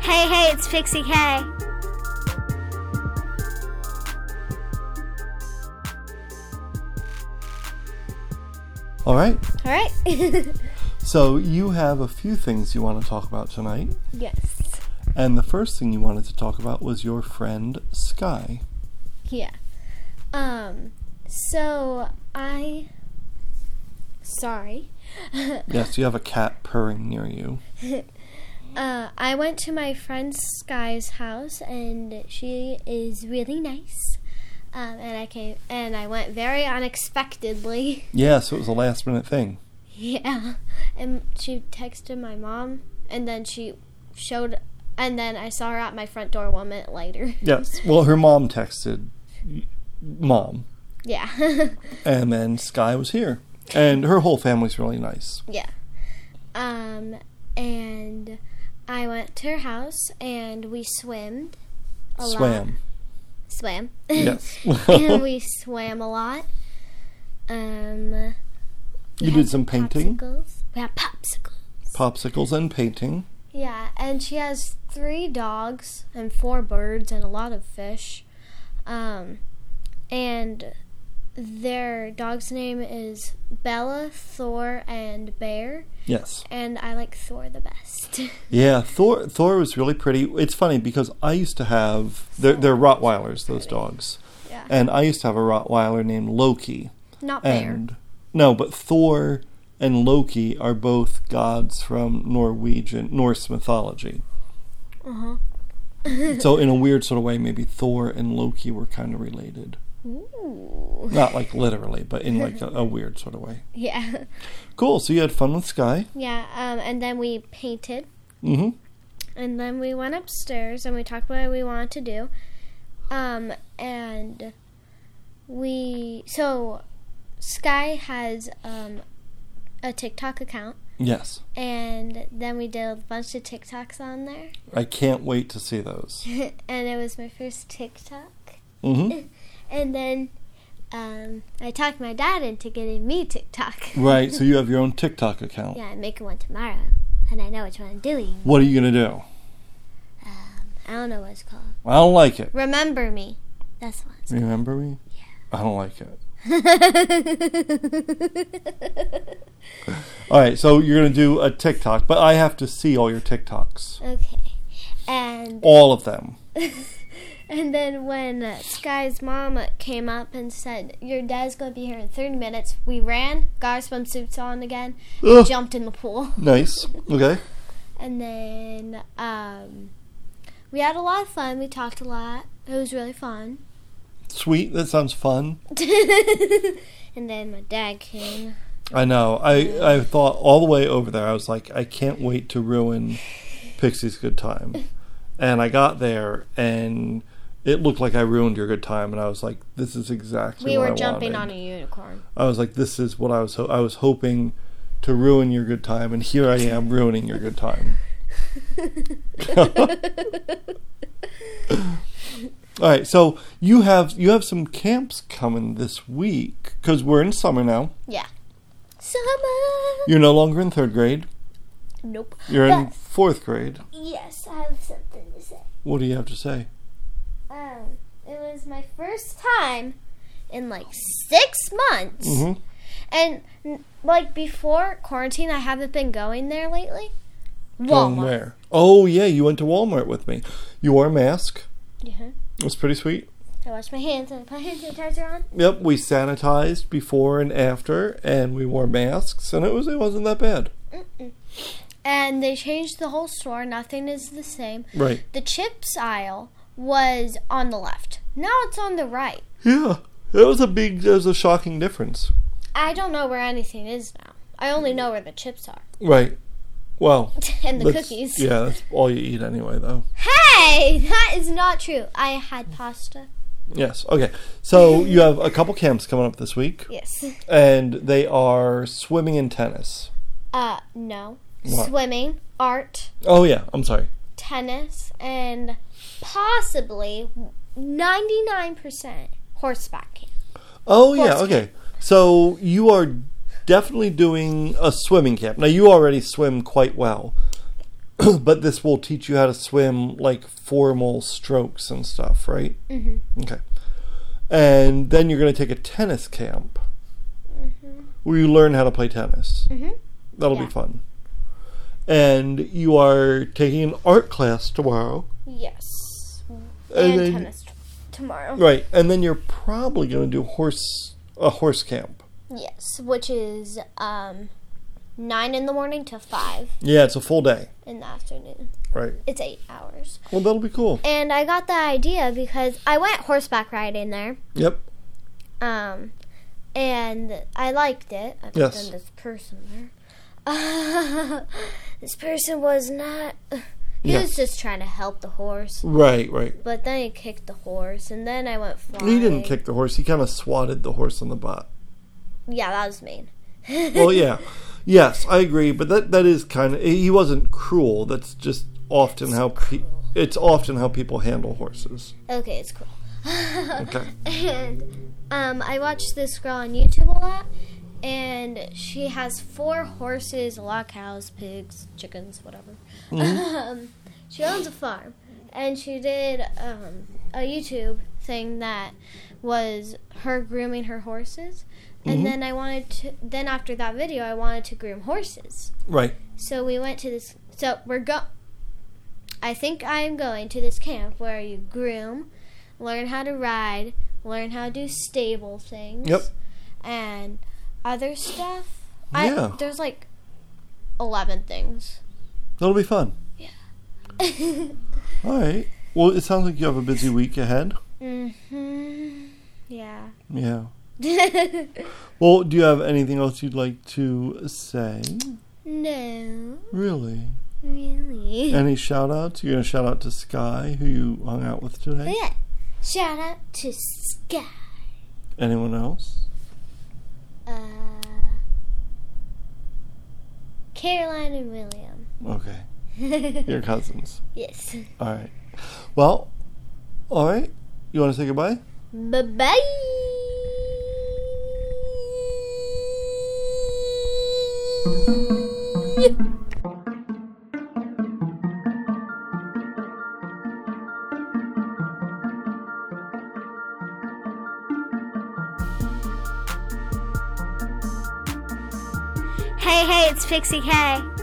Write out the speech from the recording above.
Hey, hey, it's Pixie K. All right. All right. So you have a few things you want to talk about tonight. yes. And the first thing you wanted to talk about was your friend Sky. Yeah. Um. So I. Sorry. Yes, you have a cat purring near you. Uh, I went to my friend Sky's house, and she is really nice. Um, and I came, and I went very unexpectedly. Yes, it was a last minute thing. yeah. And she texted my mom, and then she showed, and then I saw her at my front door one minute later. Yes. Well, her mom texted y- mom, yeah. and then Sky was here. And her whole family's really nice. Yeah. Um, and I went to her house and we swimmed a lot. Swam. Swam. Yes. and we swam a lot. Um, You did some painting, popsicles. We had popsicles. popsicles, and painting. Yeah, and she has three dogs and four birds and a lot of fish. Um, and their dog's name is Bella, Thor, and Bear. Yes. And I like Thor the best. Yeah, Thor. Thor was really pretty. It's funny because I used to have they're, they're Rottweilers, those dogs, yeah. and I used to have a Rottweiler named Loki. Not bear. And no, but Thor and Loki are both gods from Norwegian Norse mythology. Uh-huh. so in a weird sort of way, maybe Thor and Loki were kind of related. Ooh. Not like literally, but in like a, a weird sort of way. Yeah. Cool. So you had fun with Sky. Yeah. Um, and then we painted. Mm-hmm. And then we went upstairs and we talked about what we wanted to do. Um, and we. So, Sky has um, a TikTok account. Yes. And then we did a bunch of TikToks on there. I can't wait to see those. and it was my first TikTok. Mm-hmm. And then um, I talked my dad into getting me TikTok. Right. So you have your own TikTok account. Yeah, I'm making one tomorrow, and I know which one I'm doing. What are you gonna do? Um, I don't know what it's called. I don't like it. Remember me. That's the one. it's Remember me? Yeah. I don't like it. called. All right, so you're going to do a TikTok, but I have to see all your TikToks. okay. And All of them. and then when uh, Sky's mom came up and said, "Your dad's gonna be here in 30 minutes," we ran, got our swimsuits on again, Ugh, jumped in the pool, nice. Okay. and then um, we had a lot of fun. We talked a lot. It was really fun. Sweet. That sounds fun. and then my dad came. I know. I, I thought all the way over there, I was like, I can't wait to ruin Pixie's good time. And I got there, and it looked like I ruined your good time. And I was like, this is exactly We what were I jumping wanted. on e- a unicorn. I was like, this is what I was ho- I was hoping to ruin your good time, and here I am ruining your good time. All right, so you have you have some camps coming this week because we're in summer now. yeah. Summer. You're no longer in third grade. nope. You're in But- fourth grade. yes, I have something to say. What do you have to say? Um, it was my first time in like six months, Mhm. and n- like before quarantine, I haven't been going there lately. Going Walmart. where? Oh yeah, you went to Walmart with me. You wore a mask. Yeah. It was pretty sweet. Uh-huh. I wash my hands and I put hand sanitizer on. Yep, we sanitized before and after, and we wore masks, and it was it wasn't that bad. And they changed the whole store. Nothing is the same. Right. The chips aisle was on the left. Now it's on the right. Yeah, that was a big, that was a shocking difference. I don't know where anything is now. I only know where the chips are Right. Well, and the that's- cookies. Yeah, that's all you eat anyway, though. Hey, that is not true. I had pasta. Yes. Okay. So you have a couple camps coming up this week, Yes. and they are swimming and tennis. Uh, no. What? Swimming, art, Oh yeah, I'm sorry. tennis, and possibly 99% horseback. Oh yeah. Horse Okay. So you are definitely doing a swimming camp. Now you already swim quite well, but this will teach you how to swim like formal strokes and stuff, right? Mm-hmm. Okay. And then you're going to take a tennis camp Mm-hmm. where you learn how to play tennis. Mm-hmm. That'll Yeah. be fun. And you are taking an art class tomorrow. Yes. And, And then- tennis t- tomorrow. Right. And then you're probably going to do horse a horse camp. Yes, which is um, nine in the morning to five Yeah, it's a full day. in the afternoon. Right. It's eight hours. Well, that'll be cool. And I got the idea because I went horseback riding there. Yep. Um, and I liked it. Other Yes. than this person there. this person was not. He was Yes. just trying to help the horse, Right, right. but then he kicked the horse, and then I went flying. He didn't kick the horse. He kind of swatted the horse on the butt. Yeah, that was mean. Well, yeah. Yes, I agree, but that that is kind of he wasn't cruel. That's just often how pe- it's often how people handle horses. Okay, it's cool. Okay. and um, I watch this girl on YouTube a lot, and she has four horses, a lot of cows, pigs, chickens, whatever. Um, she owns a farm, and she did um, a YouTube thing that was her grooming her horses. And then I wanted to. Then after that video, I wanted to groom horses. Right. So we went to this. So we're go. I think I'm going to this camp where you groom, learn how to ride, learn how to do stable things. Yep. And other stuff. Yeah. I, there's like eleven things. That'll be fun. mhm. All right. Well, it sounds like you have a busy week ahead. Yeah. Yeah. Well, do you have anything else you'd like to say? no. Really? Really. Any shout outs? You're going to shout out to Sky, who you hung out with But today? yeah. Shout out to Sky. Anyone else? Uh, Caroline and William. Okay. Your cousins. yes. All right. Well, all right. You want to say goodbye? Bye bye. Hey, hey, it's Pixie K.